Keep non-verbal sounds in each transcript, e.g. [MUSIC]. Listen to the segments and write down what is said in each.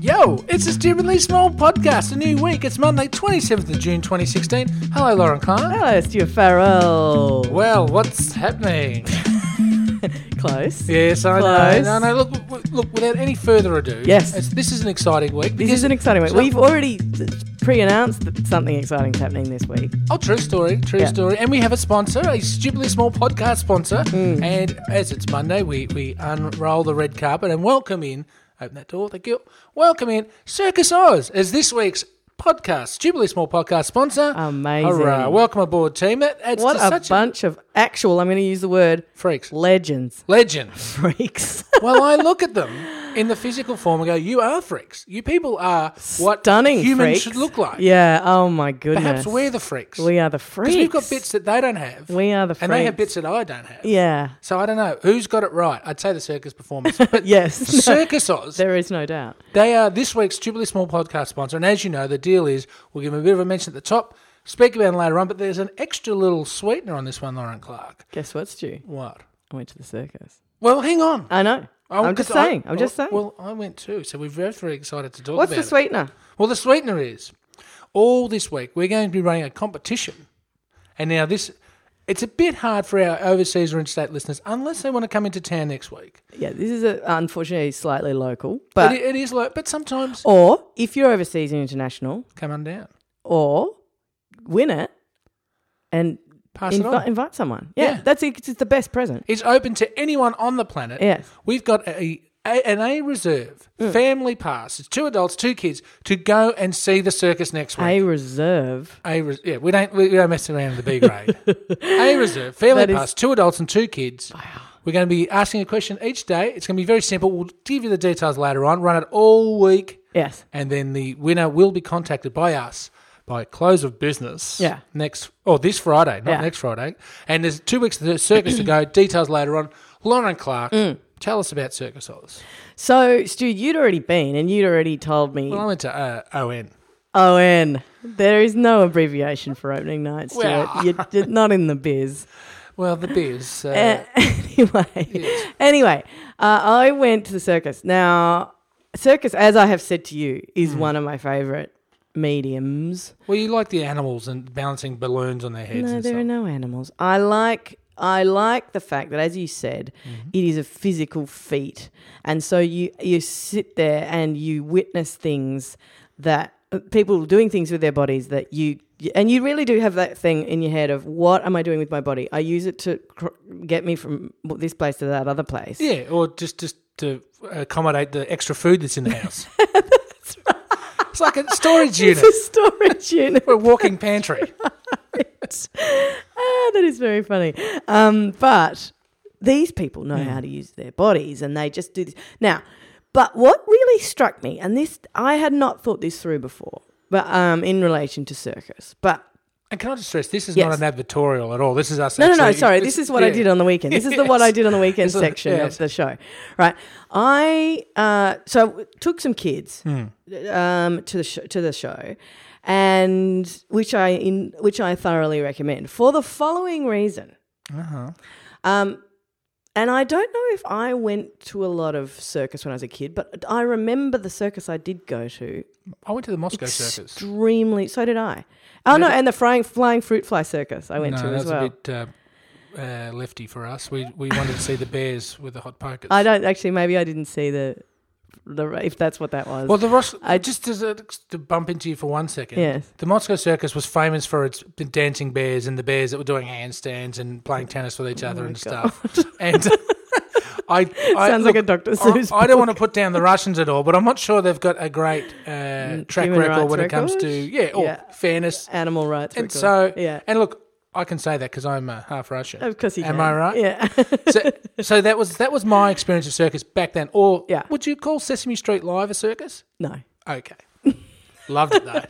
Yo, it's a stupidly small podcast. A new week. It's Monday, twenty seventh of June, twenty sixteen. Hello, Lauren Connor. Hello, Stuart Farrell. Well, what's happening? [LAUGHS] Close. Yes, I Close. know. No, no. Look, w- look. Without any further ado, Yes. it's, this is an exciting week. This is an exciting week. So- We've already pre-announced that something exciting's happening this week. Oh, true story, true Yeah. story. And we have a sponsor, a stupidly small podcast sponsor. Hmm. And as it's Monday, we, we unroll the red carpet and welcome in, open that door, thank you. Welcome in Circus Oz as this week's podcast, stupidly small podcast sponsor. Amazing. Hurrah. Welcome aboard, team. That, that's What just a such bunch of actual, I'm going to use the word, freaks. legends. [LAUGHS] Legend. Freaks. [LAUGHS] well, I look at them in the physical form and go, you are freaks. You people are what Stunning humans freaks. should look like. Yeah, oh my goodness. Perhaps we're the freaks. We are the freaks. Because we've got bits that they don't have. We are the freaks. and they have bits that I don't have. Yeah. So I don't know who's got it right. I'd say the circus performers, [LAUGHS] but Yes. No, Circus Oz. there is no doubt. They are this week's stupidly small podcast sponsor, and as you know, the deal is we'll give them a bit of a mention at the top, speak about it later on. But there's an extra little sweetener on this one, Lauren Clark. Guess what, Stu? What? I went to the circus. Well, hang on. I know. Oh, I'm just 'cause I- saying. I'm just saying. Well, I went too, so we're both very excited to talk What's about the sweetener? it. Well, the sweetener is all this week we're going to be running a competition, and now this. It's a bit hard for our overseas or interstate listeners unless they want to come into town next week. Yeah, this is a, unfortunately slightly local, But but it, it is like, but sometimes or if you're overseas and international, come on down. or win it and Pass it invi- on. invite someone. Yeah, Yeah. that's it. It's the best present. It's open to anyone on the planet. Yes. Mm. We've got a, a an A reserve family pass. It's two adults, two kids to go and see the circus next week. A reserve. A, res- yeah, we don't we, we don't mess around with the B grade. [LAUGHS] a reserve family That is- pass, two adults and two kids. Wow. We're going to be asking a question each day. It's going to be very simple. We'll give you the details later on. Run it all week. Yes. and then the winner will be contacted by us by close of business. Yeah. Next or this Friday, not Yeah. next Friday. And there's two weeks of the circus to [CLEARS THROAT] go. Details later on. Lauren Clark, Mm. tell us about Circus Oz. So, Stu, you'd already been and you'd already told me, Well, I went to uh, ON. Owen, there is no abbreviation for opening night, Stuart. Well. [LAUGHS] You're, you're not in the biz. Well, the beers. Uh, Uh, anyway, anyway, uh, I went to the circus. Now, circus, as I have said to you, Mm. is one of my favourite mediums. well, you like the animals and balancing balloons on their heads No, and there stuff. are no animals. I like I like the fact that, as you said, Mm-hmm. it is a physical feat, and so you you sit there and you witness things that uh, people doing things with their bodies that you and you really do have that thing in your head of what am I doing with my body? I use it to cr- get me from this place to that other place. Yeah, or just just to accommodate the extra food that's in [LAUGHS] the house. It's like a storage It's unit. a storage unit. We're a walking pantry. [LAUGHS] ah, that is very funny. Um, but these people know Hmm. how to use their bodies and they just do this. Now, but what really struck me, and this, I had not thought this through before, but um, in relation to circus, but And can I just stress, this is Yes. not an advertorial at all. This is us. no, no, no. actually- Sorry, this is what I yeah. did on the weekend. This is the what [LAUGHS] I Yes. did on the weekend It's a- section yes. of the show, right? I uh, so took some kids Hmm. um, to the sh- to the show, and which I in which I thoroughly recommend for the following reason. Uh-huh. Um, and I don't know if I went to a lot of circus when I was a kid, but I remember the circus I did go to I went to the Moscow Circus. extremely. So did I. Oh no, and the flying flying fruit fly circus I went No, to that as was well. a bit uh, uh, lefty for us. We we wanted to see the bears with the hot pokers. I don't actually. Maybe I didn't see the the if that's what that was. well, the Ros- I- just as a, to bump into you for one second, [LAUGHS] Yes. the Moscow Circus was famous for its dancing bears and the bears that were doing handstands and playing tennis with each Oh other and stuff. And [LAUGHS] I, I Sounds look, like a [LAUGHS] Dr. I, Seuss. I don't want to put down the Russians at all, but I'm not sure they've got a great uh, track Mm, human record rights when it comes record? to yeah, or Yeah. fairness. animal rights. And record. so, yeah, and look, I can say that because I'm uh, half Russian. of course he. Am can. I right? Yeah. [LAUGHS] so, so that was that was my experience of circus back then. Or Yeah. would you call Sesame Street Live a circus? no, [LAUGHS] Okay, loved it though.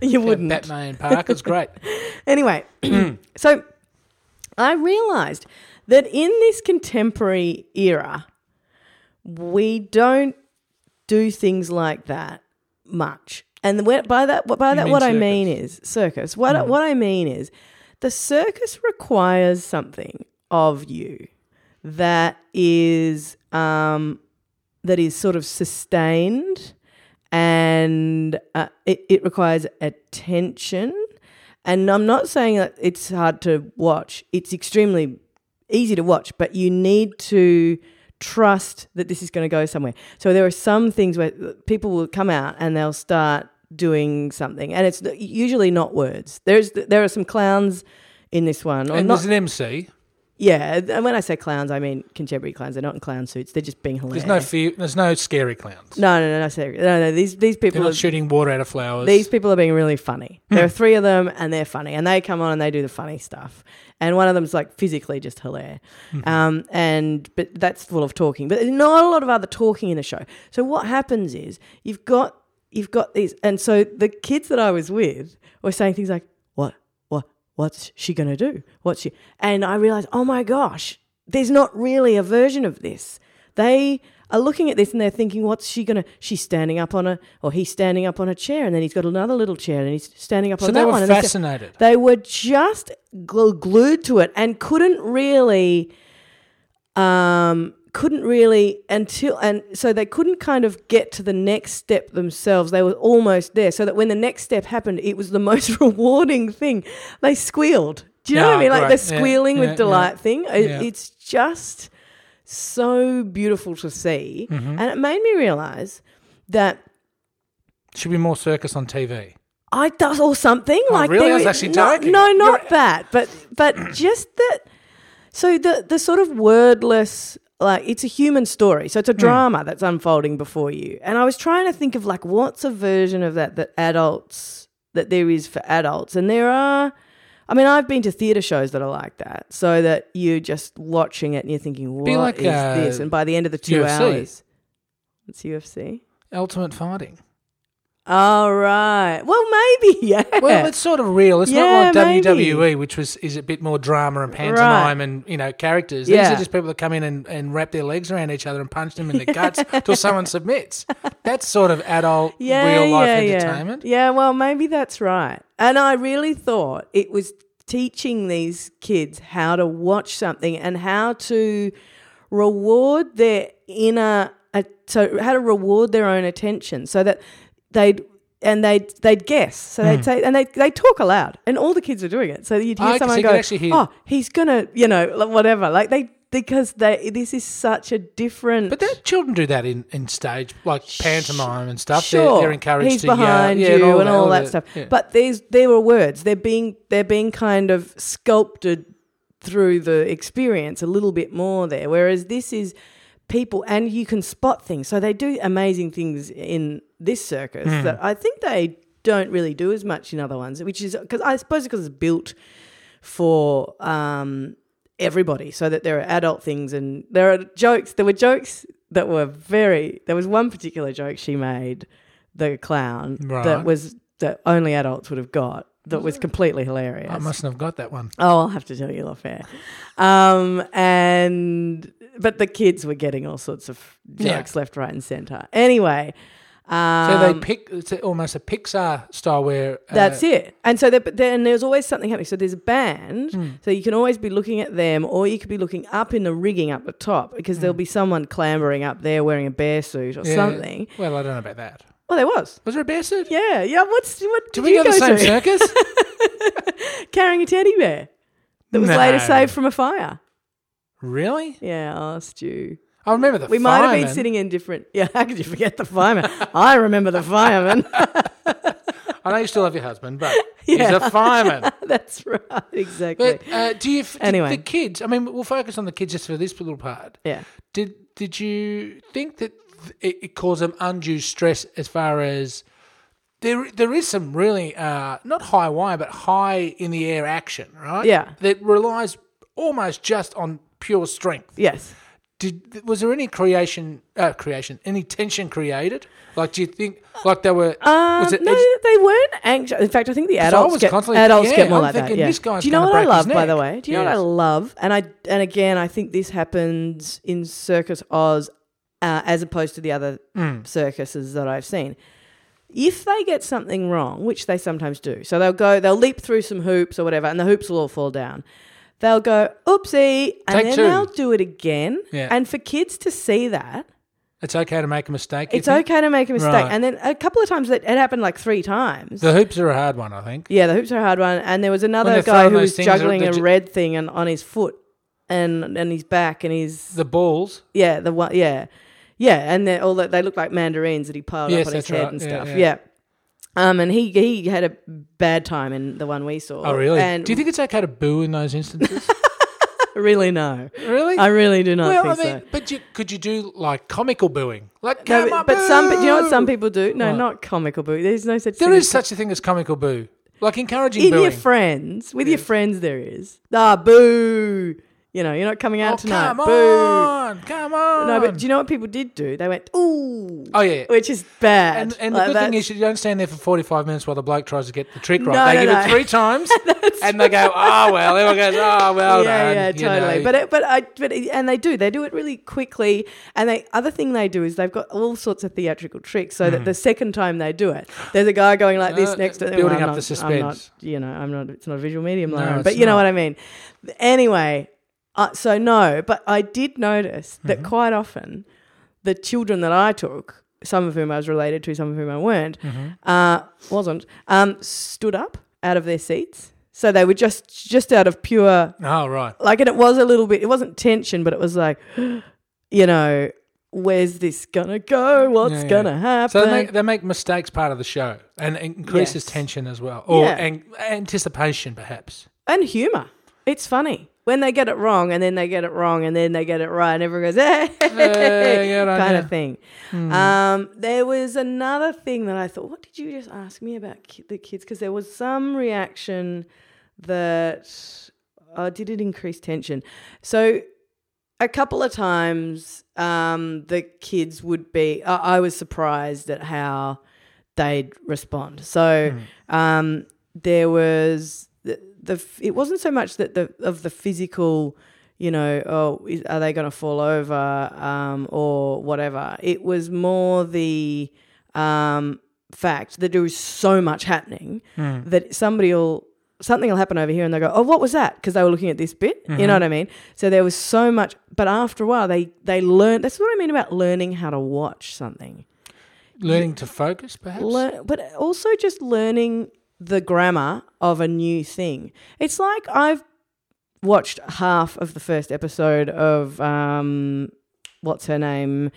you wouldn't. Batman Park is [LAUGHS] great. Anyway, [CLEARS THROAT] so I realised that in this contemporary era, we don't do things like that much. And where- by that, by that, mean what I circus? Mm. mean is circus. What I- what I mean is, the circus requires something of you that is um, that is sort of sustained and uh, it, it requires attention. And I'm not saying that it's hard to watch, it's extremely easy to watch, but you need to trust that this is going to go somewhere. So there are some things where people will come out and they'll start doing something, and it's usually not words. There's there are some clowns in this one, or And not. there's an MC. yeah, and when I say clowns, I mean contemporary clowns. They're not in clown suits. They're just being hilarious. There's no fear. There's no scary clowns. no, no, no, no, sorry. no, no. These these They're people are, not Hmm. shooting water out of flowers. these people are being really funny. There are three of them, and they're funny, and they come on and they do the funny stuff. And one of them's like physically just hilarious. Mm-hmm. Um, and but that's full of talking, but there's not a lot of other talking in the show. So what happens is you've got you've got these, and so the kids that I was with were saying things like, "What, what, what's she gonna do? What's she?" And I realized, oh my gosh, there's not really a version of this they are looking at this and they're thinking, what's she going to? She's standing up on a, or he's standing up on a chair, and then he's got another little chair, and he's standing up so on they that were one. and he's sta- fascinated. they were just gl- glued to it and couldn't really, um, couldn't really until, and so they couldn't kind of get to the next step themselves. They were almost there, so that when the next step happened, it was the [LAUGHS] most rewarding thing. They squealed. Do you know what Yeah, I mean? Like great. the Yeah, squealing yeah, yeah. with delight thing. It- Yeah. It's just so beautiful to see. Mm-hmm. And it made me realize that Should be more circus on TV. I does or something Oh, like really? there I was is- actually no, joking. no, You're- not that, but [CLEARS THROAT] but just that. So the the sort of wordless, like it's a human story. So it's a Hmm. drama that's unfolding before you. And I was trying to think of like what's a version of that that adults that there is for adults, and there are. I mean, I've been to theatre shows that are like that, so that you're just watching it and you're thinking, "What is like, uh, this?" And by the end of the two UFC. hours, it's UFC. Ultimate fighting. All right. Well, maybe. [LAUGHS] Yeah. Well, it's sort of real. It's Yeah, not like maybe. WWE, which was is a bit more drama and pantomime and you know characters. These Yeah. are just people that come in and, and wrap their legs around each other and punch them in the [LAUGHS] guts till someone submits. That's sort of adult real life entertainment. Yeah. yeah, well, maybe that's right. And I really thought it was teaching these kids how to watch something and how to reward their inner, uh, so how to reward their own attention so that they'd. And they'd they'd guess, so they'd say, and they they talk aloud, and all the kids are doing it. So you'd Hmm. Oh, hear okay, so someone you go, could actually hear- "Oh, he's gonna," you know, like, whatever. Like they because they this is such a different. But that, children do that in, in stage, like pantomime and stuff. They're- Sure, They're, encouraged He's to behind yeah, you and all, that, the- stuff. yeah. But there's there were words. They're being they're being kind of sculpted through the experience a little bit more there. Whereas this is people and you can spot things. So they do amazing things in this circus Hmm. that I think they don't really do as much in other ones. Which is because I suppose because it's built for um, everybody so that there are adult things and there are jokes there were jokes that were very there was one particular joke she made the clown Right. that was that only adults would have got that was completely hilarious I mustn't have got that one. oh i'll have to tell you off air um, and but the kids were getting all sorts of Yeah. jokes left right and center anyway um, So they pick. It's almost a Pixar style where uh, that's it. And so there, but then there's always something happening. So there's a band. Hmm. So you can always be looking at them, or you could be looking up in the rigging up the top because there'll be someone clambering up there wearing a bear suit or Hmm. yeah. something. Well, I don't know about that. Well, there was. Was there a bear suit? Yeah, yeah. What's what? Did Did we you go to the same to? circus? [LAUGHS] Carrying a teddy bear that was No. later saved from a fire. Really? Yeah, oh, Stu. I remember the. We might have been fireman. sitting in different. [LAUGHS] Yeah, how could you forget the fireman? I remember the fireman. [LAUGHS] I know you still have your husband, but he's Yeah. a [LAUGHS] fireman. That's right, exactly. But uh, do you? F- Anyway. the kids. I mean, we'll focus on the kids just for this little part. yeah. Did Did you think that th- it, it caused them undue stress as far as? There, there is some really uh, not high wire, but high in the air action, right? Yeah. that relies almost just on pure strength. Yes. Did was there any creation, uh, creation, any tension created? Like, do you think like they were? Um, was it no, they weren't anxious. In fact, I think the I adults was get constantly- adults yeah, get more I'm like that. thinking, Yeah. this guy's Do you know gonna what I break his love, by the neck. way? Do you know Yes. what I love? And I and again, I think this happens in Circus Oz uh, as opposed to the other Hmm. circuses that I've seen. If they get something wrong, which they sometimes do, so they'll go, they'll leap through some hoops or whatever, and the hoops will all fall down. They'll go, oopsie, and Take then two. they'll do it again. Yeah. And for kids to see that It's okay to make a mistake. you It's think? okay to make a mistake. Right. And then a couple of times, that it happened like three times. The hoops are a hard one, I think. yeah, the hoops are a hard one. And there was another they're guy throwing who those was things at juggling the a ju- red thing and on his foot and and his back and his The balls. Yeah, the one. Yeah, yeah, and they all that they look like mandarins that he piled Yes, up on his that's head right. and Yeah, stuff. yeah. Yeah. Um, and he he had a bad time in the one we saw. Oh, really? And [LAUGHS] Do you think it's okay to boo in those instances? really no? really? [LAUGHS] I really do not well, I think mean, so. but you, could you do like comical booing? Like, No, come but, on, but some, but you know what some boo! people do? No, What? not comical boo. There's no such There thing. is as co- such a thing as comical boo, like encouraging in booing. your friends with your friends. There is ah boo. You know, you're not coming oh, out tonight. come boo. on, come on. No, but do you know what people did do? They went ooh, oh yeah. which is bad. And, and Like, the good thing that's- is you don't stand there for 45 minutes while the bloke tries to get the trick right. No, they no, give it no. three [LAUGHS] times and they go, oh, well, everyone goes, oh, well yeah, done. yeah, you know. totally. But it, but I but it- and they do they do it really quickly. And they other thing they do is they've got all sorts of theatrical tricks so that the second time they do it, there's a guy going like Hmm. Uh, this next to them. building I'm up not- the I'm not- suspense. you know, I'm not. It's not a visual medium, No, Lauren, it's but you know not. what I mean. Anyway, uh, so no, but I did notice that Mm-hmm. quite often the children that I took. Some of whom I was related to, some of whom I weren't, Mm-hmm. uh, wasn't, um, stood up out of their seats. So they were just just out of pure oh, right. like and it was a little bit it wasn't tension but it was like [GASPS] you know where's this gonna go what's yeah. gonna happen So they make, they make mistakes part of the show and it increases Yes. tension as well, or Yeah. an- anticipation perhaps. and humor it's funny when they get it wrong and then they get it wrong and then they get it right and everyone goes hey, yeah, right, [LAUGHS] kind yeah. Hmm. of thing um, there was another thing that i thought what did you just ask me about ki- the kids because there was some reaction that uh, did it increase tension so a couple of times um, the kids would be I, I was surprised at how they'd respond so Hmm. um, there was the, the f- it wasn't so much that the of the physical you know oh is, are they going to fall over um, or whatever it was more the um, fact that there was so much happening that somebody will something will happen over here and they go oh what was that because they were looking at this bit you know what i mean so there was so much but after a while they they learned that's what i mean about learning how to watch something Learning to focus perhaps? Lear- but also just learning the grammar of a new thing. It's like I've watched half of the first episode of um, what's her name,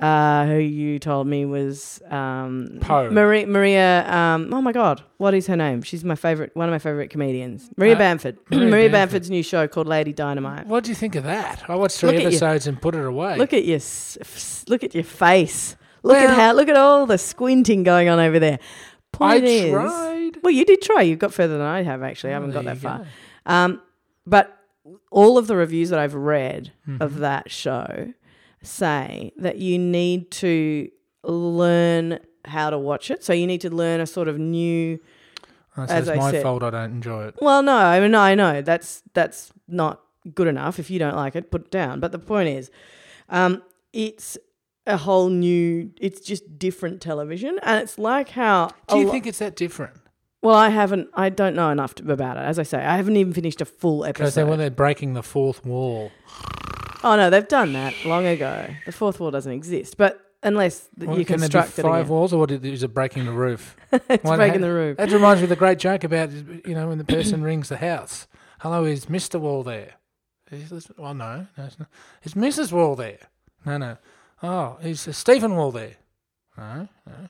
uh, who you told me was um, Poe. Maria. Maria. Um, oh my God, what is her name? She's my favorite, one of my favorite comedians, Maria Uh, Bamford. [CLEARS THROAT] Maria Maria, Bamford. Bamford's new show called Lady Dynamite. what do you think of that? I watched three Look at you. episodes and put it away. Look at your s- f- s- look at your face. Look Well- at how look at all the squinting going on over there. I Point is, tried. well, you did try. You got further than I have actually. I haven't There got that you far. go. Um, but all of the reviews that I've read Mm-hmm. of that show say that you need to learn how to watch it. So you need to learn a sort of new. Oh, so As it's I my said. fault I don't enjoy it. Well, no, I mean, I know that's that's not good enough. If you don't like it, put it down. But the point is, um, it's a whole new. It's just different television, and it's like how Do a you lo- think it's that different? Well, I haven't. I don't know enough to, about it. As I say, I haven't even finished a full Because they, episode. when they're breaking the fourth wall. oh no, they've done that long ago. The fourth wall doesn't exist, but unless th- Well, you can there be construct it, five again. [LAUGHS] walls, or what is it- is it breaking the roof? it's One breaking ha- the roof. That reminds me of the great joke about you know when the person [CLEARS THROAT] rings the house. Hello, is Mister Wall there? Is this- Well, no, no, it's not. Is Mrs. Wall there? No, no. Oh, is uh, Stephen Wall there? No, no.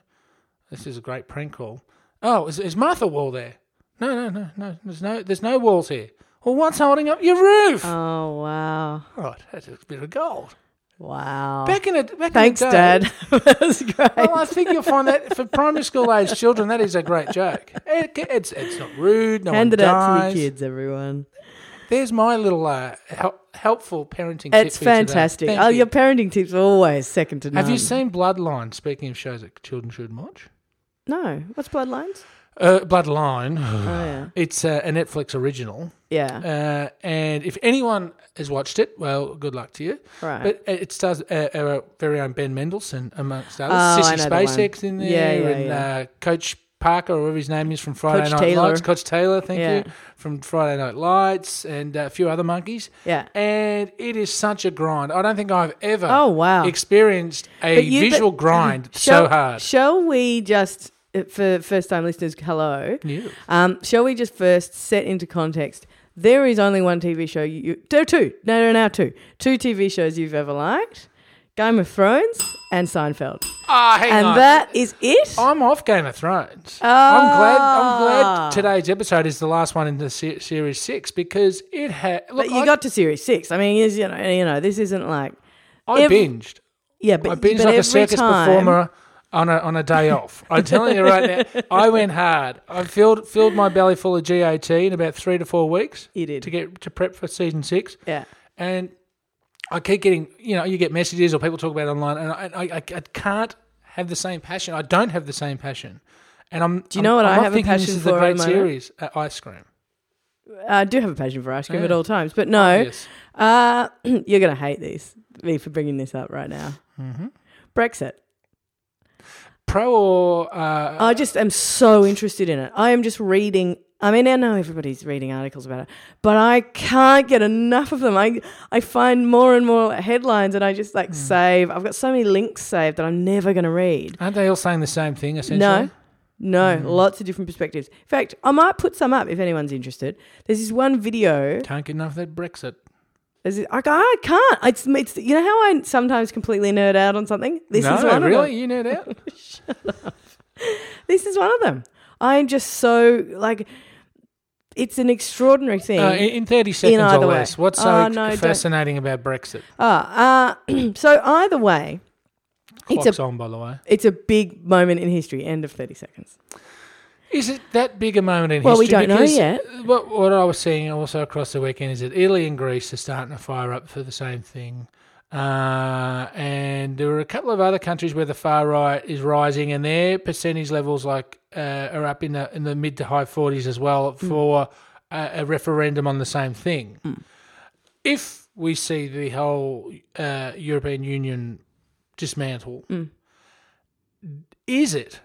This is a great prank call. Oh, is, is Martha Wall there? No, no, no, no. There's no, there's no walls here. Well, what's holding up your roof? Oh wow, oh, that's a bit of gold. wow. Back in a back Oh. Thanks, in the day, Dad. [LAUGHS] that was great. well, I think you'll find that [LAUGHS] for primary school age children, that is a great joke. It, it's it's not rude. No Hand one it dies. out to your kids, everyone. There's my little uh, hel- helpful parenting. tip It's for you today. fantastic. Thank Oh, you. your parenting tips are always second to none. Have you seen Bloodline? Speaking of shows that children should watch, No. What's bloodlines? uh, Bloodline. Oh yeah, It's uh, a Netflix original, yeah. uh, and if anyone has watched it, well, good luck to you. right. But uh, it stars uh, our very own Ben Mendelsohn amongst Oh, others. I Sissy know the one. Spacek's in there, Yeah, yeah, and yeah. Uh, Coach Parker, or whatever his name is from Friday Coach Night Taylor. Lights, Coach Taylor, thank Yeah. you, from Friday Night Lights, and uh, a few other monkeys. Yeah. and it is such a grind. I don't think I've ever Oh, wow. experienced a But you- but- [CLEARS THROAT] visual grind so Shall- hard. Shall we just, uh, for first time listeners, hello. Yeah. Um, shall we just first set into context? There is only one TV show you. you- There are two. No, no, now two. Two TV shows you've ever liked Game of Thrones and Seinfeld. Ah, hang And on. that is it. I'm off Game of Thrones. I'm glad. I'm Ah. glad today's episode is the last one in the se- series six because it had. Look, But you I, got to series six. I mean, is you know, you know, this isn't like I ev- binged. yeah, but I binged but like every a circus time, performer on a on a day off. I'm telling you right [LAUGHS] now, I went hard. I filled filled my belly full of GAT in about three to four weeks You did. to get to prep for season six. Yeah, and I keep getting, you know, you get messages or people talk about it online, and I, I, I I can't have the same passion. I don't have the same passion, and I'm. Do you know what I have a thinking passion this is for the at great the moment? series, uh, ice cream. Uh, I do have a passion for ice cream Yeah. at all times, but no, Yes. uh, [CLEARS THROAT] you're gonna hate this me for bringing this up right now. Mm-hmm. Brexit. Pro or uh, I just am so interested in it. I am just reading. I mean, I know everybody's reading articles about it, but I can't get enough of them. I I find more and more headlines, and I just Hmm. like save. I've got so many links saved that I'm never going to read. aren't they all saying the same thing essentially? No. No, Hmm. lots of different perspectives. In fact, I might put some up if anyone's interested. There's this one video. Can't get enough of that Brexit. There's this, I, I can't. It's, it's you know how I sometimes completely nerd out on something. This no, is one of really, them. you know that. This is one of them. I'm just so like, it's an extraordinary thing. uh, in, in thirty seconds either or way. less. What's so Oh, no, don't- fascinating about Brexit? Ah, uh, [CLEARS THROAT] so either way, It's a- Clocks on, by the way. it's a big moment in history. End of thirty seconds. Is it that big a moment in Well, we history? don't know Because yet. What, what I was seeing also across the weekend is that Italy and Greece are starting to fire up for the same thing. Uh, and there are a couple of other countries where the far right is rising, and their percentage levels like uh, are up in the in the mid to high forties as well Mm. for a, a referendum on the same thing. If we see the whole uh, European Union dismantle, Mm. is it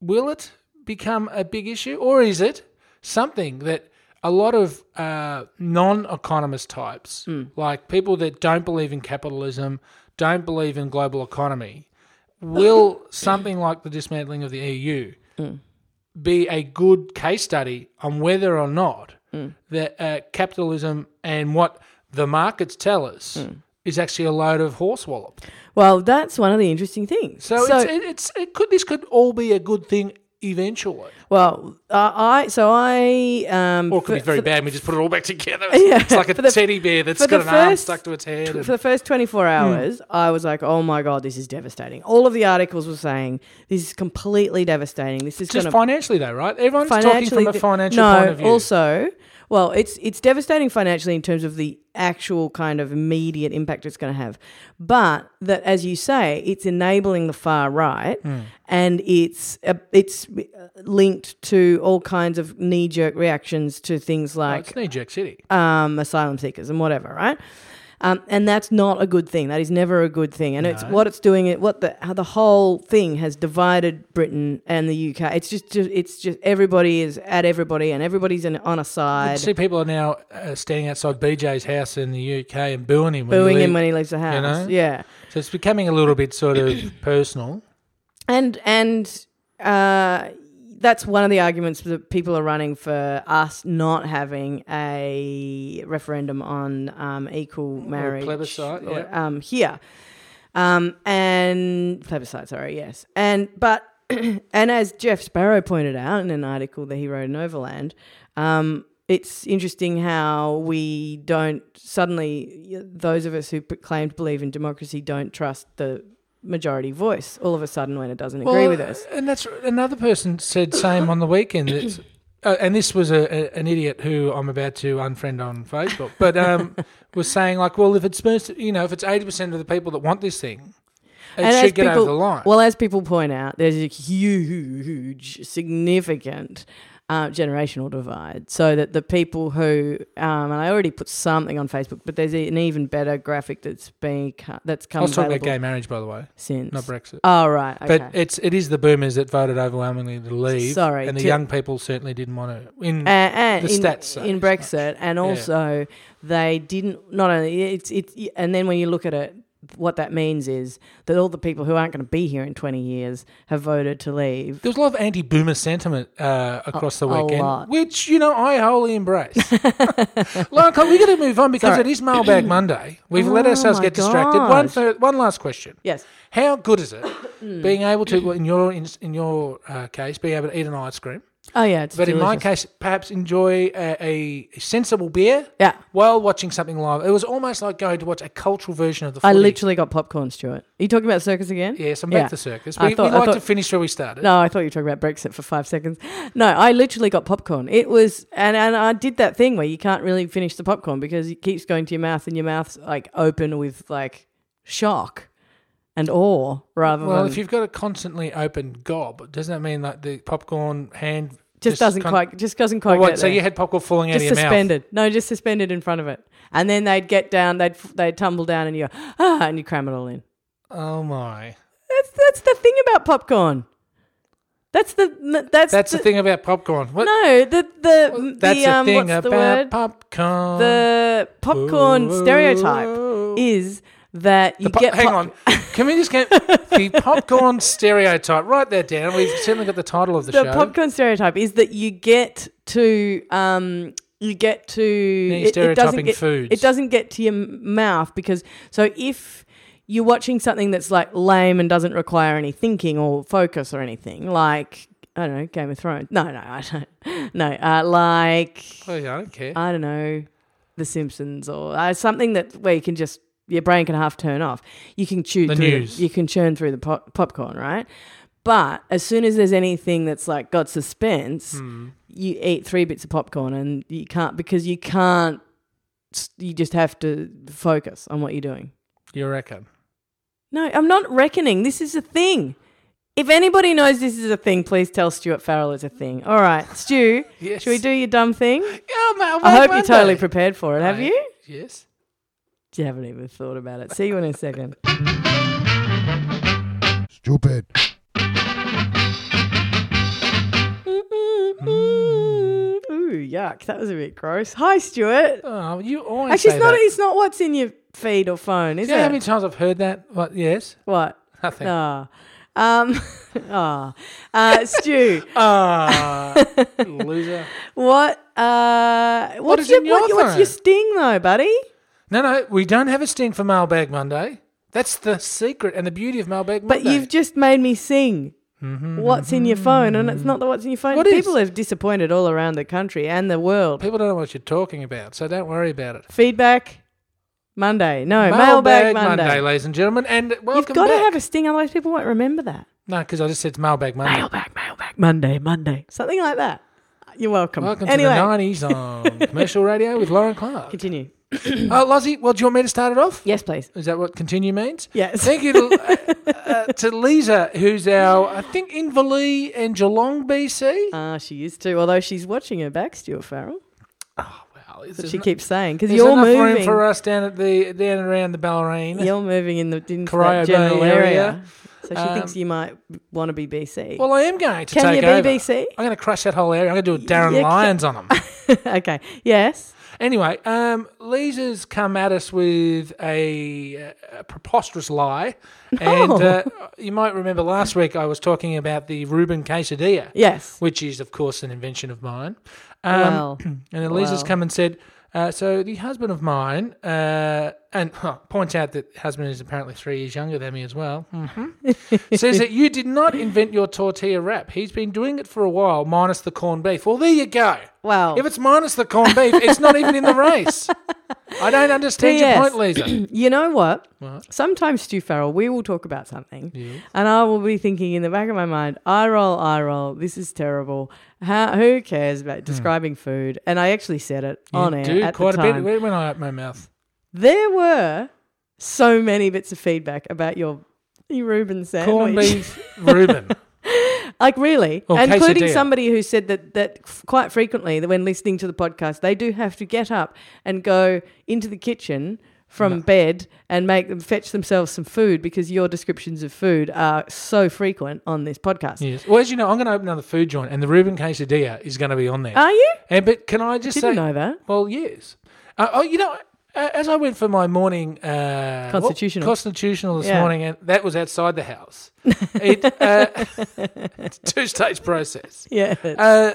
will it become a big issue, or is it something that a lot of uh, non-economist types, like people that don't believe in capitalism, don't believe in global economy, will something like the dismantling of the EU be a good case study on whether or not that uh, capitalism and what the markets tell us is actually a load of horse wallop? Well, that's one of the interesting things. So, it's, it, it's it could this could all be a good thing eventually. well, uh, I so I um Or it could for- be very for- bad and we just put it all back together. [LAUGHS] Yeah, It's like a for the- teddy bear that's for the got an arm first stuck to its head. Tw- and- for the first 24 Hmm. hours, I was like, oh my God, this is devastating. All of the articles were saying, this is completely devastating. This is going just to financially, though, right? Everyone's talking from a financial no, point of view. also, well, it's it's devastating financially in terms of the actual kind of immediate impact it's going to have. But that, as you say, it's enabling the far right, Hmm. and it's uh, it's uh, linked to all kinds of knee jerk reactions to things like it's New Jack City. um, asylum seekers and whatever, right? Um, and that's not a good thing. That is never a good thing. And it's what it's doing. It what the how the whole thing has divided Britain and the UK. It's just, just it's just everybody is at everybody, and everybody's in, on a side, See, people are now uh, standing outside BJ's house in the UK and booing him. when he booing him leaves. when he leaves the house. know? Yeah, so it's becoming a little bit sort of personal. and and uh, that's one of the arguments that people are running for us not having a referendum on um, equal marriage Oh, plebiscite, or, yeah. um, here, um, and plebiscite. Sorry, yes, and but [CLEARS THROAT] and as Jeff Sparrow pointed out in an article that he wrote in Overland. Um, it's interesting how we don't suddenly those of us who claim to believe in democracy don't trust the majority voice all of a sudden when it doesn't agree with us. And that's another person said same on the weekend. [COUGHS] That's, uh, and this was a, a, an idiot who I'm about to unfriend on Facebook, but [LAUGHS] um, was saying like, well, if it's most- you know if it's eighty percent of the people that want this thing, it as should get people, over the line. Well, as people point out, there's a huge, significant uh, generational divide. So that the people who, um, and I already put something on Facebook, but there's an even better graphic that's been co- that's I come was talking about available gay marriage, by the way, since. not Brexit. oh right, okay. But it's it is the boomers that voted overwhelmingly to leave. Sorry, and the to- young people certainly didn't want to. In and, and Mm. the in, stats say in as Brexit, and also they didn't. Not only it's it's, and then when you look at it, what that means is that all the people who aren't going to be here in twenty years have voted to leave. there was a lot of anti-boomer sentiment uh, across the a weekend, lot. which you know I wholly [LAUGHS] embrace. Lionel, we got to move on because Sorry. it is [CLEARS THROAT] Mailbag Monday. We've let Oh ourselves my get distracted. One gosh. fir- one last question. Yes, How good is [CLEARS THROAT] it being able to, well, in your in, in your uh, case, being able to eat an ice cream, Oh yeah, it's but in my delicious. case, perhaps enjoy a, a sensible beer yeah, while watching something live. It was almost like going to watch a cultural version of the. I footy. literally got popcorn, Stuart. Are you talking about circus again? Yes, I'm Yeah. back to circus. I We, we thought- I like to thought- finish where we started. No, I thought you were talking about Brexit for five seconds. No, I literally got popcorn. It was, and, and I did that thing where you can't really finish the popcorn because it keeps going to your mouth and your mouth's like open with like shock and awe rather Well, than. if you've got a constantly open gob, doesn't that mean like the popcorn hand just, doesn't con- quite, just doesn't Oh, quite what, get so there. you had popcorn falling out just of your mouth. suspended. No, just suspended in front of it. And then they'd get down, they'd, f- they'd tumble down and you go, ah, and you cram it all in. Oh my! That's, that's the thing about popcorn. That's the, that's, That's the, thing about popcorn. What? No, the the That's the um, the thing what's about the word? popcorn. the popcorn Ooh. stereotype is that you The po- get. hang pop- on, can we just get [LAUGHS] the popcorn stereotype? Write that down. We've certainly got the title of the, The show. popcorn stereotype is that you get to um you get to Any stereotyping doesn't get, foods. It doesn't get to your m- mouth because so if you're watching something that's like lame and doesn't require any thinking or focus or anything like. I don't know, Game of Thrones. No, no, I don't. [LAUGHS] No, uh, like Oh, yeah, I don't care. I don't know, The Simpsons or uh, something that where you can just your brain can half turn off. You can chew The through news. you can churn through the pop- popcorn, right? But as soon as there's anything that's like got suspense, Hmm. you eat three bits of popcorn and you can't because you can't. You just have to focus on what you're doing. you reckon? No, I'm not reckoning. This is a thing. If anybody knows this is a thing, please tell Stuart Farrell it's a thing. All right, Stu, Yes. should we do your [GASPS] dumb thing? Yeah, mate, I wait hope you're Monday. totally prepared for it. Have I- you? Yes. You haven't even thought about it. See you in [LAUGHS] a second. Stupid. Ooh, yuck! That was a bit gross. Hi, Stuart. Oh, you always Actually, say it's not. that. It's not what's in your feed or phone, is You know how it? many times I've heard that? What? Yes. what? Nothing. Ah, um, [LAUGHS] ah, uh, Stu. [LAUGHS] Ah, loser. What? Uh, what's is your, in your what- what's phone? your sting though, buddy? No, no, we don't have a sting for Mailbag Monday. That's the secret and the beauty of Mailbag But Monday. you've just made me sing. What's in your phone? And it's not the what's in your phone. Mm-hmm, What is? People have disappointed all around the country and the world. people don't know what you're talking about, so don't worry about it. Feedback Monday. No, mailbag, Monday. ladies and gentlemen, and You've welcome got to back. have a sting, otherwise people won't remember that. no, because I just said it's Mailbag Monday. Mailbag, mailbag, Monday, Monday. Something like that. You're welcome. Welcome anyway, to the nineties [LAUGHS] on commercial radio with Lauren [CLEARS THROAT] Clark. continue. Oh, Lozzie, well, do you want me to start it off? Yes, please. Is that what continue means? Yes. Thank you to, uh, uh, to Lisa, who's our, I think, Inverleigh and Geelong BC. Ah, she is too, although she's watching her back, Stuart Farrell. Well, is That's what there she no- keeps saying, because there's you're enough moving. room for us down at the down around the Ballerine. you're moving in the in Corio that general Bay area. area. So she Um, thinks you might want to be BC. Well, I am going to Can take you over. BBC? I'm going to crush that whole area. I'm going to do a Darren You ca- Lyons on them. [LAUGHS] okay. Yes. anyway, um, Lisa's come at us with a, a preposterous lie, and [LAUGHS] uh, you might remember last week I was talking about the Reuben quesadilla, Yes. which is of course an invention of mine. Um, Well, and then Lisa's Wow. come and said, uh, so the husband of mine, uh, and [LAUGHS] huh, points out that husband is apparently three years younger than me as well, hmm Mm-hmm. says [LAUGHS] that you did not invent your tortilla wrap. He's been doing it for a while, minus the corned beef. Well, there you go. Wow. If it's minus the corned beef, it's not even in the race. I don't understand your P.S. point, Lisa. [COUGHS] [CLEARS THROAT] You know what? What? Sometimes Stu Farrell, we will talk about something, and I will be thinking in the back of my mind, "I roll, I roll. This is terrible. How, who cares about describing food?" And I actually said it on Hmm. You air do at quite the a time. bit when I open my mouth. There were so [LAUGHS] many bits of feedback about your your Reuben sandwich. Corned beef Reuben. Like really, Well, including quesadilla. somebody who said that that f- quite frequently that when listening to the podcast, they do have to get up and go into the kitchen from bed and make them fetch themselves some food because your descriptions of food are so frequent on this podcast. Yes. Well, as you know, I'm going to open another food joint, and the Reuben quesadilla is going to be on there. Are you? and but can I just Ah. Didn't say? know that. Well, yes. Uh, oh, you know, uh, as I went for my morning uh, what- Constitutional. constitutional this Yeah. morning, and that was outside the house. [LAUGHS] It, uh, [LAUGHS] it's a two stage process. [LAUGHS] Yeah. Uh,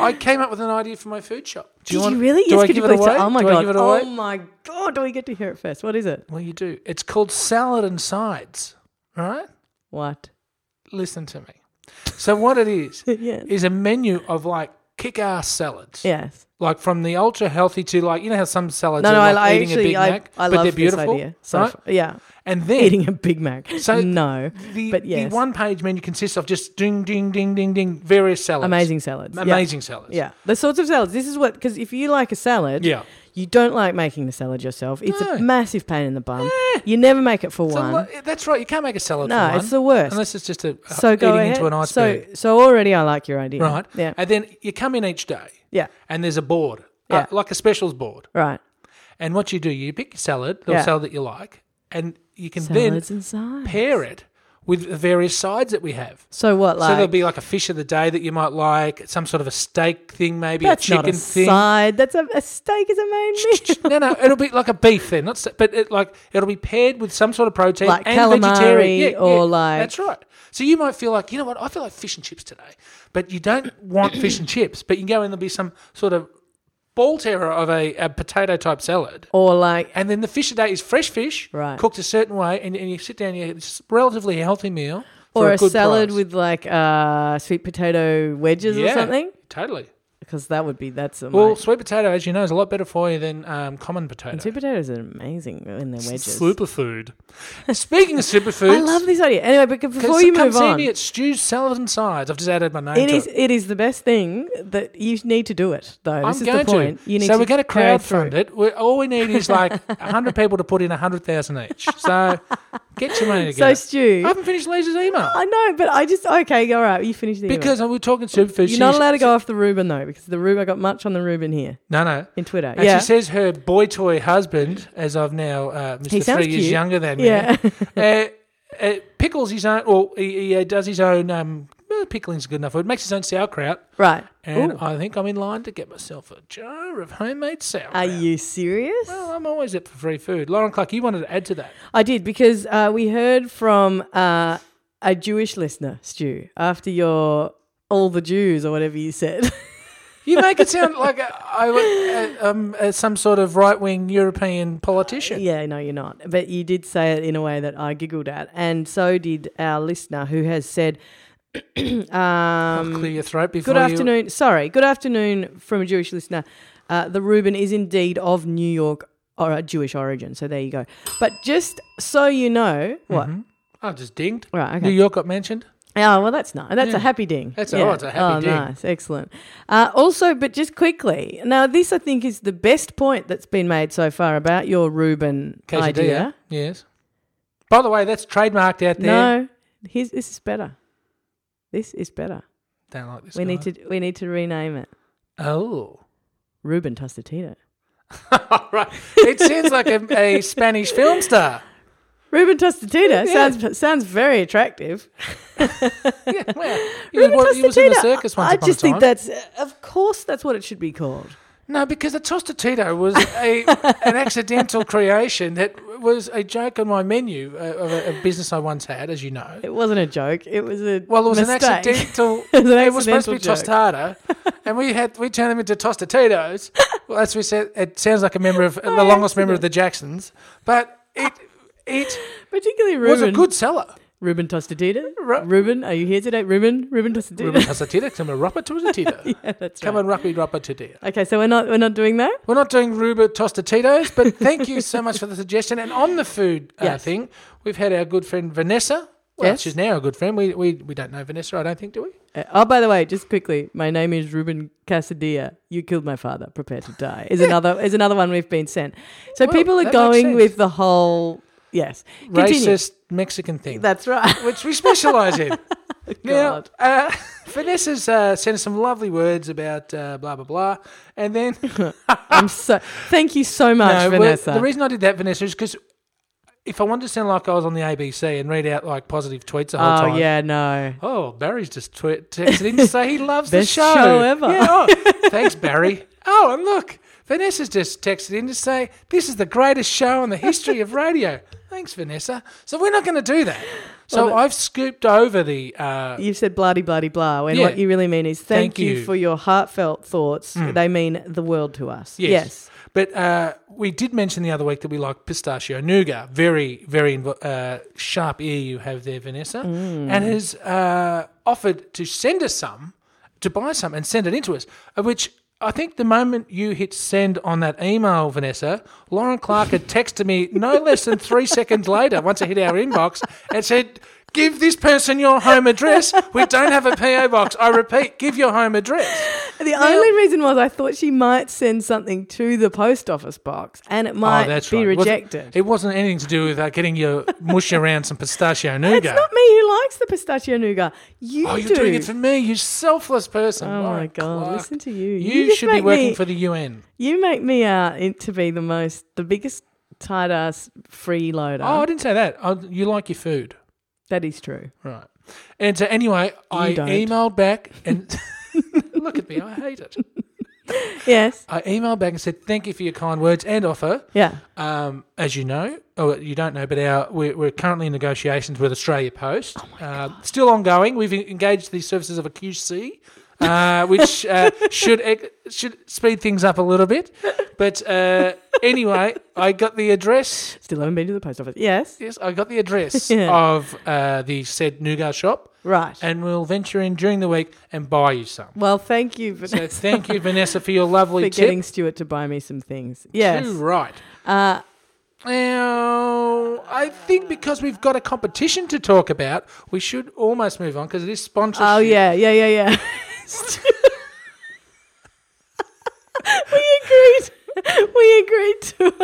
I came up with an idea for my food shop. Do Did you, want, really? Do yes, I could give you it please away? tell- Oh my do god! I give it away? oh my god! Do we get to hear it first? What is it? Well, you do. It's called salad and sides. All right, What? listen to me. So what it is [LAUGHS] yes. is a menu of like kick-ass salads. Yes. like from the ultra healthy to like you know how some salads No, are no. I, like I eating a Big actually, I, Mac, I but love they're beautiful, this idea. So right? f- yeah, And then eating a Big Mac. So- [LAUGHS] no, the, but yes, the one-page menu consists of just ding, ding, ding, ding, ding, various salads, amazing salads. Yeah. amazing salads. Yeah. the sorts of salads. This is what because if you like a salad, yeah. you don't like making the salad yourself. It's No. Eh. a massive pain in the bum. You never make it for So one. lo- that's right. You can't make a salad. No, for one, it's the worst. unless it's just a so go eating ahead. into an iceberg, So so already I like your idea. right? Yeah. And then you come in each day, yeah. and there's a board, uh, Yeah. like a specials board. Right. And what you do, you pick your salad, the Yeah. salad that you like, and you can Salads then and sides. pair it with the various sides that we have. So what? Like so there'll be like a fish of the day that you might like, some sort of a steak thing, maybe that's a chicken not a thing. side. That's a, a steak is a main [LAUGHS] meal. no, no, it'll be like a beef then, not s- but it like it'll be paired with some sort of protein, Like and calamari vegetarian. or like- that's right. So you might feel like you know what I feel like fish and chips today, but you don't want fish and chips, but you can go in there'll be some sort of ball terror of a, a potato type salad. [LAUGHS] or like And then the fish today is fresh fish, Right. cooked a certain way, and, and you sit down, you have this relatively healthy meal, for or a, a, good salad price. with like uh, sweet potato wedges yeah, or something. Totally. Because that would be that's amazing. Well, sweet potato, as you know, is a lot better for you than um, common and potato. sweet potatoes are amazing in their wedges. Superfood. Speaking of superfoods, [LAUGHS] I love this idea. Anyway, but c- before you come move see on, me at Stew's Salad and Sides. I've just added my name it to is it. it is the best thing that you need to do it though. I'm this going is the point. to. You need so to we're going to carry crowdfund through. it. We're, all we need is like [LAUGHS] 100 people to put in 100,000 each. So get your money [LAUGHS] So together. Stu, I haven't finished Lisa's email I know, but I just okay. All right, you finish the email. because we're talking superfoods. you're not She's- allowed to go off the Ruben though, because the Ruben I got much on the Ruben here No, no. in Twitter. And yeah, she says her boy toy husband, as I've now, uh, Mr. He sounds Three years cute. younger than me. yeah. uh, uh, pickles his own, or he, he uh, does his own. Um, well, pickling's good enough. It makes his own sauerkraut, [LAUGHS] right. and Ooh. I think I'm in line to get myself a jar of homemade sauerkraut. Are you serious? Well, I'm always up for free food. Lauren Clark, you wanted to add to that? I did because uh, we heard from uh, a Jewish listener, Stu, after your all the Jews or whatever you said. [LAUGHS] You make it sound like a, I, uh, um, uh, some sort of right wing European politician. yeah, no, you're not. But you did say it in a way that I giggled at, and so did our listener who has said, [CLEARS THROAT] um, Clear your throat before "Good you- afternoon." Sorry, good afternoon from a Jewish listener. Uh, the Reuben is indeed of New York or uh, Jewish origin. So there you go. But just so you know, what? I just dinged. Right. Okay. Mm-hmm. New York got mentioned. Oh well, that's nice. That's a happy ding. That's a- oh, it's a happy ding. Nice, excellent. Uh, also, but just quickly now, this I think is the best point that's been made so far about your Reuben Quesadilla. idea. Yes. By the way, that's trademarked out there. No, here's, this is better. This is better. Don't like this. we need guy. to we need to rename it Oh. [LAUGHS] Reuben Tostatito. right. It sounds like a, a Spanish film star. Reuben Tostatito Yeah. sounds sounds very attractive. [LAUGHS] Yeah, well, he, was, what- he was in the Tostatito, circus once I upon just a time. think that's of course that's what it should be called. no, because the tostatito was [LAUGHS] a, an accidental creation that was a joke on my menu uh, of a, a business I once had, as you know. It wasn't a joke. It was a Well, it was mistake. an accidental. [LAUGHS] It was an it was supposed to be accidental joke. tostada, [LAUGHS] and we had we turned them into tostatitos. Well, as we said, it sounds like a member [LAUGHS] of the longest member of the Jacksons, but it it Particularly Reuben. was a good seller. Ruben Tostadita. Ru- Ruben, are you here today? Ruben, Ruben Ruben Tostadita. tostatito, come a rapper to a tito. yeah, [LAUGHS] that's Come right. and rappy rapper to dear. Okay, so we're not we're not doing that. We're not doing Ruba Tostatitos, [LAUGHS] but thank you so much for the suggestion. And on the food uh, Yes. thing, we've had our good friend Vanessa. Well, Yes. she's now a good friend. We, we we don't know Vanessa, I don't think, do we? Uh, oh, by the way, just quickly, my name is Ruben Casadilla. You killed my father. Prepare to die. Is another is another one we've been sent. So Well, people that are makes going sense. with the whole yes. Continue. Racist Mexican thing, [LAUGHS] That's right. [LAUGHS] which we specialise in. [LAUGHS] Now, Oh, God. uh, Vanessa's uh, sent us some lovely words about uh, blah blah blah, and [LAUGHS] then I'm so. Thank you so much, No, [LAUGHS] well, Vanessa. the reason I did that, Vanessa, is because if I wanted to sound like I was on the ABC and read out like positive tweets the whole oh time, yeah, no. [LAUGHS] Oh, Barry's just tw- texted in to say he loves the Best show. show ever. Yeah, oh, thanks, Barry. Oh, and look, Vanessa's just texted in to say this is the greatest show in the history of radio. Thanks, Vanessa. So we're not going to do that. So Well, I've scooped over the. Uh, You've said bloody bloody blah, and Yeah. what you really mean is thank, Thank you. you. Hmm. for your heartfelt thoughts. They mean the world to us. yes. yes. But uh, we did mention the other week that we like pistachio nougat. Very, very invo- uh, sharp ear you have there, Vanessa. And has uh, offered to send us some, to buy some and send it into us, uh, which I think the moment you hit send on that email, Vanessa, Lauren Clark had texted me no less than three [LAUGHS] seconds later, once I hit our inbox, and said, Give this person your home address. We don't have a PO box. I repeat, give your home address. The only reason was I thought she might send something to the post office box and Oh, it might be It wasn't- rejected. It wasn't anything to do with uh, getting your mush around some pistachio nougat. it's not me who likes the pistachio nougat. You oh, do. you're doing it for me, you selfless person. oh my Lauren god! Clark. Listen to you. You, just should be make working me, for the UN. You make me out in- to be the most, the biggest tight ass freeloader. Oh, I didn't say that. I, you like your food. that is true. Right. And so, anyway, I don't. emailed back and [LAUGHS] look at me, I hate it. Yes. I emailed back and said, Thank you for your kind words and offer. Yeah. Um, as you know, or you don't know, but our we're, we're currently in negotiations with Australia Post. Oh uh, still ongoing. We've en- engaged the services of a QC, [LAUGHS] uh, which uh, should ex- should speed things up a little bit. But uh, anyway, I got the address. Still haven't been to the post office. Yes. Yes, I got the address [LAUGHS] Yeah. of uh, the said nougat shop, Right. and we'll venture in during the week and buy you [LAUGHS] some. well, thank you for, So thank you, Vanessa, for your lovely for tip. getting Stuart to buy me some things. Yes. Too right. Uh, Now, I think because we've got a competition to talk about, we should almost move on because it is sponsorship. Oh yeah, yeah, yeah, yeah. [LAUGHS] we agreed. We agreed to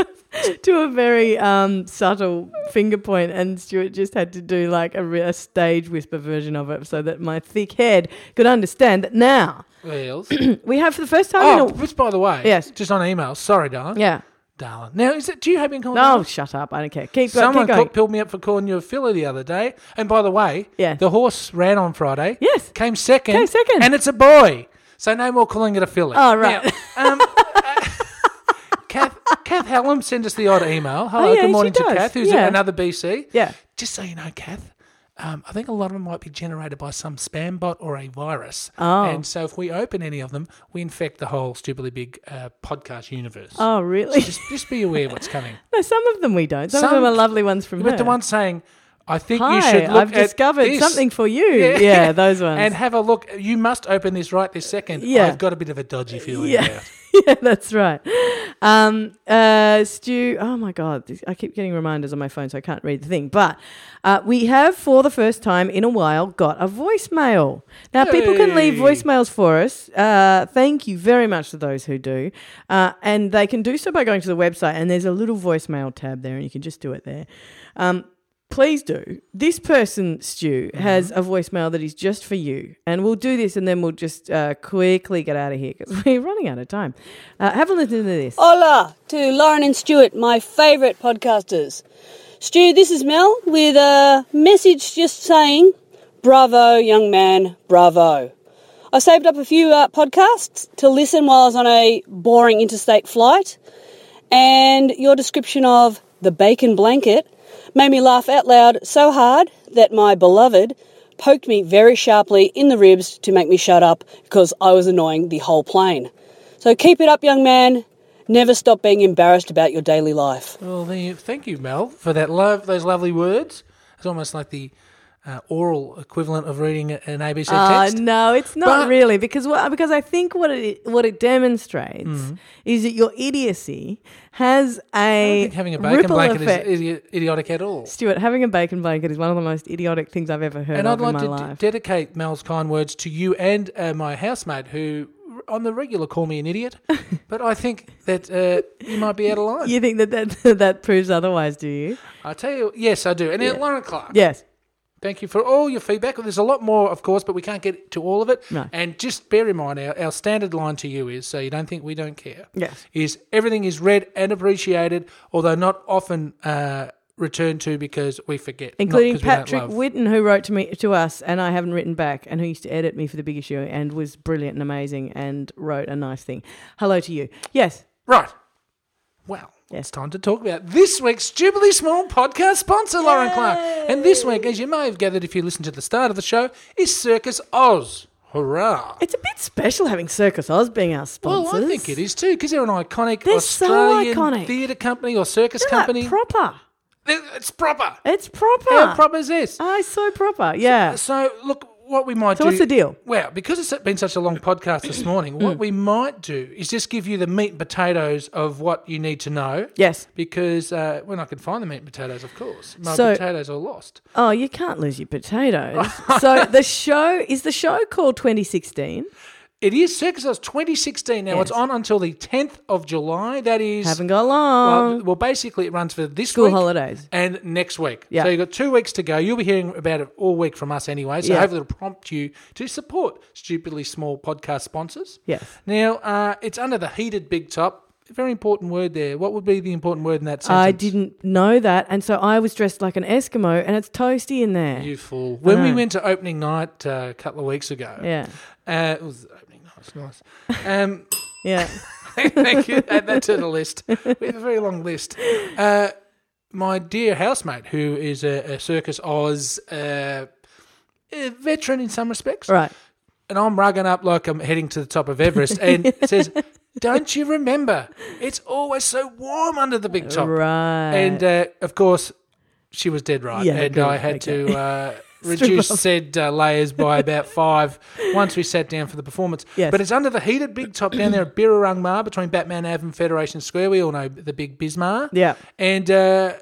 a, to a very um, subtle finger point, and Stuart just had to do like a, re- a stage whisper version of it, so that my thick head could understand that now [CLEARS THROAT] Wheels. we have for the first time. oh, in which by the way, Oh, Yes. just on email. Sorry, a, darling. yeah. Darling. Now, is it? Do you have been called? No, oh, darling? shut up. I don't care. Keep, go, Someone keep going. called, peeled me up for calling you a filler the other day. And by the way, Yeah. the horse ran on Friday. Yes. Came second. Came second. And it's a boy. So no more calling it a filler. Oh, right. Now, [LAUGHS] um, uh, [LAUGHS] Kath, Kath Hallam sent us the odd email. Hello, Oh, yeah, good morning she to does. Kath, who's Yeah. another BC. Yeah. Just so you know, Kath, um, I think a lot of them might be generated by some spam bot or a virus. Oh. And so if we open any of them, we infect the whole stupidly big uh, podcast universe. Oh, really? Just, just be aware of what's coming. [LAUGHS] no, some of them we don't. Some, of Some- them are lovely ones from But the her. one saying, I think Hi, you should look I've at discovered this something for you. Yeah. Yeah, those ones. [LAUGHS] and have a look. You must open this right this second. Yeah. I've got a bit of a dodgy feeling Yeah. about it. [LAUGHS] yeah, that's right. Um, uh, Stu, oh my God, this- I keep getting reminders on my phone, so I can't read the thing. But uh, we have, for the first time in a while, got a voicemail. Now, people can leave Hey. voicemails for us. Uh, thank you very much to those who do. Uh, and they can do so by going to the website, and there's a little voicemail tab there, and you can just do it there. Um, Please do. This person, Stu, Mm-hmm. has a voicemail that is just for you. And we'll do this and then we'll just uh, quickly get out of here because [LAUGHS] we're running out of time. Uh, have a listen to Oh, this. Hola to Lauren and Stuart, my favourite podcasters. Stu, this is Mel with a message just saying, bravo, young man, bravo. I saved up a few uh, podcasts to listen while I was on a boring interstate flight, and your description of the bacon blanket made me laugh out loud so hard that my beloved poked me very sharply in the ribs to make me shut up because I was annoying the whole plane. So keep it up, young man. Never stop being embarrassed about your daily life. Well, there you, thank you, Mel, for that love, those lovely words. It's almost like the uh, oral equivalent of reading an ABC Uh, text. no, it's not But- really because what, because I think what it what it demonstrates Mm-hmm. is that your idiocy has I don't a think having a bacon ripple blanket effect. is idi- idiotic at all. Stuart, having a bacon blanket is one of the most idiotic things I've ever heard And of I'd in like my to d- life. dedicate Mel's kind words to you and uh, my housemate, who r- on the regular call me an [LAUGHS] idiot, but I think that uh, you might be out of line. [LAUGHS] you think that, that that proves otherwise, do you? I tell you, yes, I do. And then Yeah. Lauren Clark. Yes. Thank you for all your feedback. There's a lot more, of course, but we can't get to all of it. No. And just bear in mind, our, our standard line to you is so you don't think we don't care. Yes. Is everything is read and appreciated, although not often uh, returned to because we forget. not including 'cause we don't Patrick love. Whitten, who wrote to me to us, and I haven't written back, and who used to edit me for the big issue, and was brilliant and amazing, and wrote a nice thing. Hello to you. Yes, Right. Well, it's time to talk about this week's Jubilee Small podcast sponsor, Lauren Clark. And this week, as you may have gathered if you listened to the start of the show, is Circus Oz. Hurrah! it's a bit special having Circus Oz being our Well, sponsors. I think it is too, because they're an iconic They're so Australian iconic. theatre company or circus They're like company. proper. They're- it's proper. It's proper. How proper is this? Oh, it's so proper. Yeah. So, look, what we might So do. what's the deal? Mm. Well, because it's been such a long podcast this morning, what we might do is just give you the meat and potatoes of what you need to know. yes. Because uh, when I can find the meat and potatoes, of course, my So- potatoes are lost. Oh, you can't lose [LAUGHS] your potatoes. so the show is the show called 2016. It is Circus Oz 2016. Now it's Yes. on until the 10th of July. That is- Haven't got well, long. well, basically, it runs for this School week holidays. and next week. Yeah. So you've got two weeks to go. You'll be hearing about it all week from us anyway. So Yeah. hopefully it'll prompt you to support stupidly small podcast sponsors. Yes. Now uh, it's under the heated big top. Very important word there. What would be the important word in that sentence? I didn't know that, and so I was dressed like an Eskimo, and it's toasty in there. You fool. When we know. went to opening night uh, a couple of weeks ago. yeah, Uh, it was opening night. It's nice. Um, [LAUGHS] yeah. Thank you. Add that to the list. We have a very long list. Uh, my dear housemate, who is a, a Circus Oz uh, a veteran in some respects, right. and I'm rugging up like I'm heading to the top of Everest, and says, "Don't you remember? It's always so warm under the big [LAUGHS] top." Right. And uh, of course, she was dead right, Yeah, and good. I had Okay. to. [LAUGHS] Uh, Reduce said uh, layers by about five once we sat down for the performance. Yes. But it's under the heated big top down there at Birrarung Mar between Batman Ave and Federation Square. We all know the big Bismar. Yeah. And uh,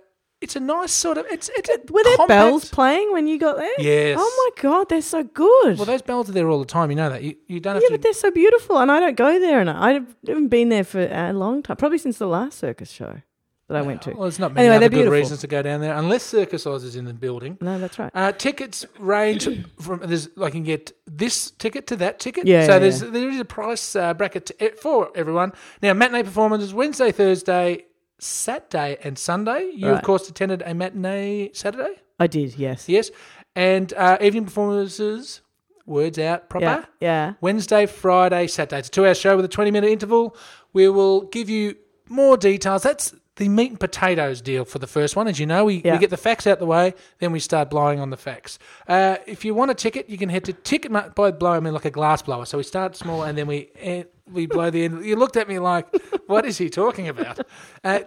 it's a nice sort of. It's, it's a Were there compact- bells playing when you got there? Yes. Oh my god, they're so good. Well, those bells are there all the time. You know that. You, you don't have yeah, to. but they're so beautiful, and I don't go there, and I I've- haven't been there for a long time, probably since the last circus show that I went to. Well, there's not many Anyway, other they're good beautiful. reasons to go down there unless Circus Oz is in the building. No, that's right. Uh, tickets range from there's I can get this ticket to that ticket. Yeah, So yeah, there's yeah. there is a price uh, bracket to, for everyone. Now matinee performances Wednesday, Thursday, Saturday, and Sunday. You of Right. course attended a matinee Saturday. I did, yes. Yes, and uh, evening performances. Words out proper. yeah, yeah. Wednesday, Friday, Saturday. It's a two hour show with a 20 minute interval. We will give you more details. That's the meat and potatoes deal for the first one. As you know, we, Yeah. we get the facts out the way, then we start blowing on the facts. Uh, if you want a ticket, you can head to Ticket by blowing in like a glass blower. So we start small and then we. eh, we blow the end. You looked at me like, what is he talking about? Uh,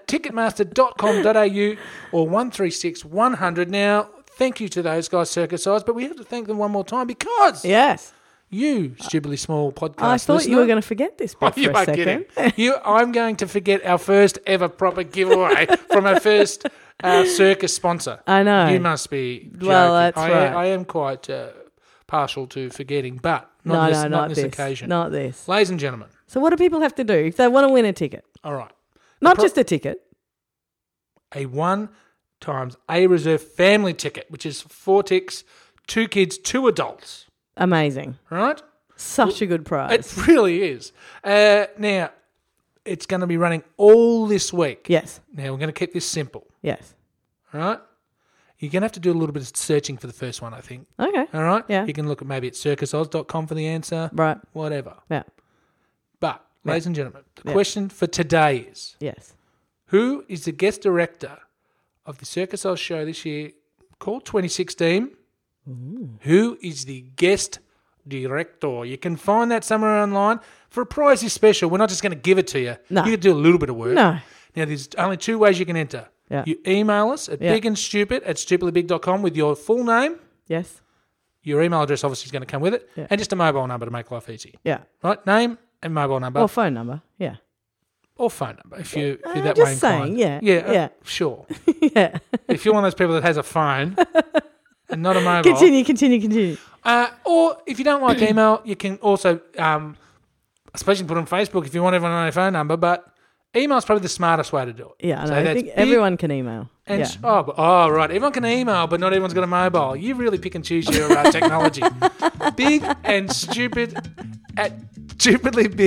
ticketmaster.com.au or 136 100. Now, thank you to those guys, Circus Size, but we have to thank them one more time because Yes. you, stupidly small podcast. I thought listener. you were going to forget this bit Oh, for [LAUGHS] You a are second. kidding. you, I'm going to forget our first ever proper giveaway from our first uh, circus sponsor. I know. You must be. Joking. Well, that's I, right. I am quite uh, partial to forgetting, but not No, on this, no, not not on this, this. occasion. Not this. Ladies and gentlemen, So, what do people have to do if they want to win a ticket? all right, Not pro- just a ticket. a one times a reserve family ticket, which is four ticks, two kids, two adults. Amazing. Right. Such a good prize. It really is. Uh, now, it's going to be running all this week. Yes. Now, we're going to keep this simple, Yes. all right? You're going to have to do a little bit of searching for the first one, I think. Okay. All right? Yeah. You can look at maybe at circusoz.com for the answer, Right. whatever. Yeah. But, ladies and gentlemen, the Yeah. question for today is Yes. Who is the guest director of the Circus Oz show this year called 2016? Who is the guest director? You can find that somewhere online. For a prize is special, we're not just going to give it to you. No. You can do a little bit of work. No. Now, there's only two ways you can enter. Yeah. You email us at Yeah. big and stupid at stupidlybig.com with your full name. Yes. Your email address obviously is going to come with it, Yeah. and just a mobile number to make life easy. Yeah. Right? Name and mobile number Or phone number. Yeah. [LAUGHS] or phone number if, you, if I'm you're that way just inclined. saying, yeah, Yeah. uh, yeah. Sure. yeah. if you're one of those people that has a phone [LAUGHS] and not a mobile, Continue, continue, continue. Uh, or if you don't like email, you can also, um, I suppose you can put it on Facebook if you want everyone on their phone number, but email's probably the smartest way to do it. Yeah, I So know. I that's think big- everyone can email. And Yeah. sh- oh, but- oh, right. Everyone can email, but not everyone's got a mobile. You really pick and choose your uh, [LAUGHS] technology. big and stupid at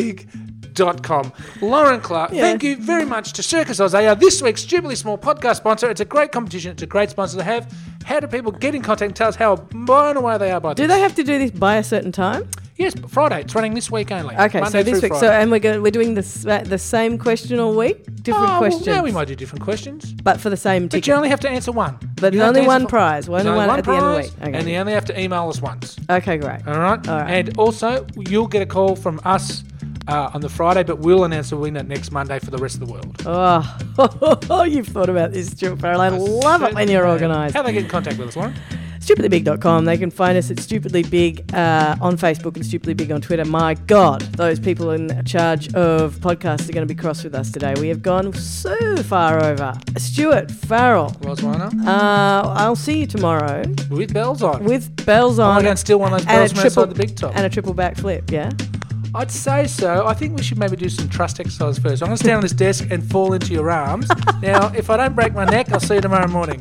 stupidlybig.com. Lauren Clark, Yeah. thank you very much to Circus Oz. They are this week's Stupidly Small podcast sponsor. It's a great competition. It's a great sponsor to have. How do people get in contact and tell us how blown away they are by Do this? they have to do this by a certain time? Yes, but Friday. It's running this week only. Okay, Monday so this through week, Friday. so and we're going, we're doing the s- uh, the same question all week, Oh, different well, questions, now we might do different questions. but for the same But you ticket. only have to answer one. But You there's have to only answer one fo- prize, only There's one, only at the end of the prize, week. Okay, And you only have to email us once. okay great. All right? All right. And also, you'll get a call from us uh, on the Friday, but we'll announce the winner next Monday for the rest of the world. Oh, [LAUGHS] you've thought about this, Stuart Farrell. I love it when you're Uh, organised. How they get in contact with us, Lauren? stupidlybig.com. They can find us at Stupidly Big uh, on Facebook and Stupidly Big on Twitter. My God, those people in charge of podcasts are going to be cross with us today. We have gone so far over. Stuart Farrell, Roswana? uh, I'll see you tomorrow With bells on. with bells Am I on going to steal one of those and bells a from triple outside the big top? and a triple backflip. Yeah, I'd say so. I think we should maybe do some trust exercise [LAUGHS] first. I'm going to stand on this desk and fall into your arms. now, if I don't break my neck, I'll see you tomorrow morning.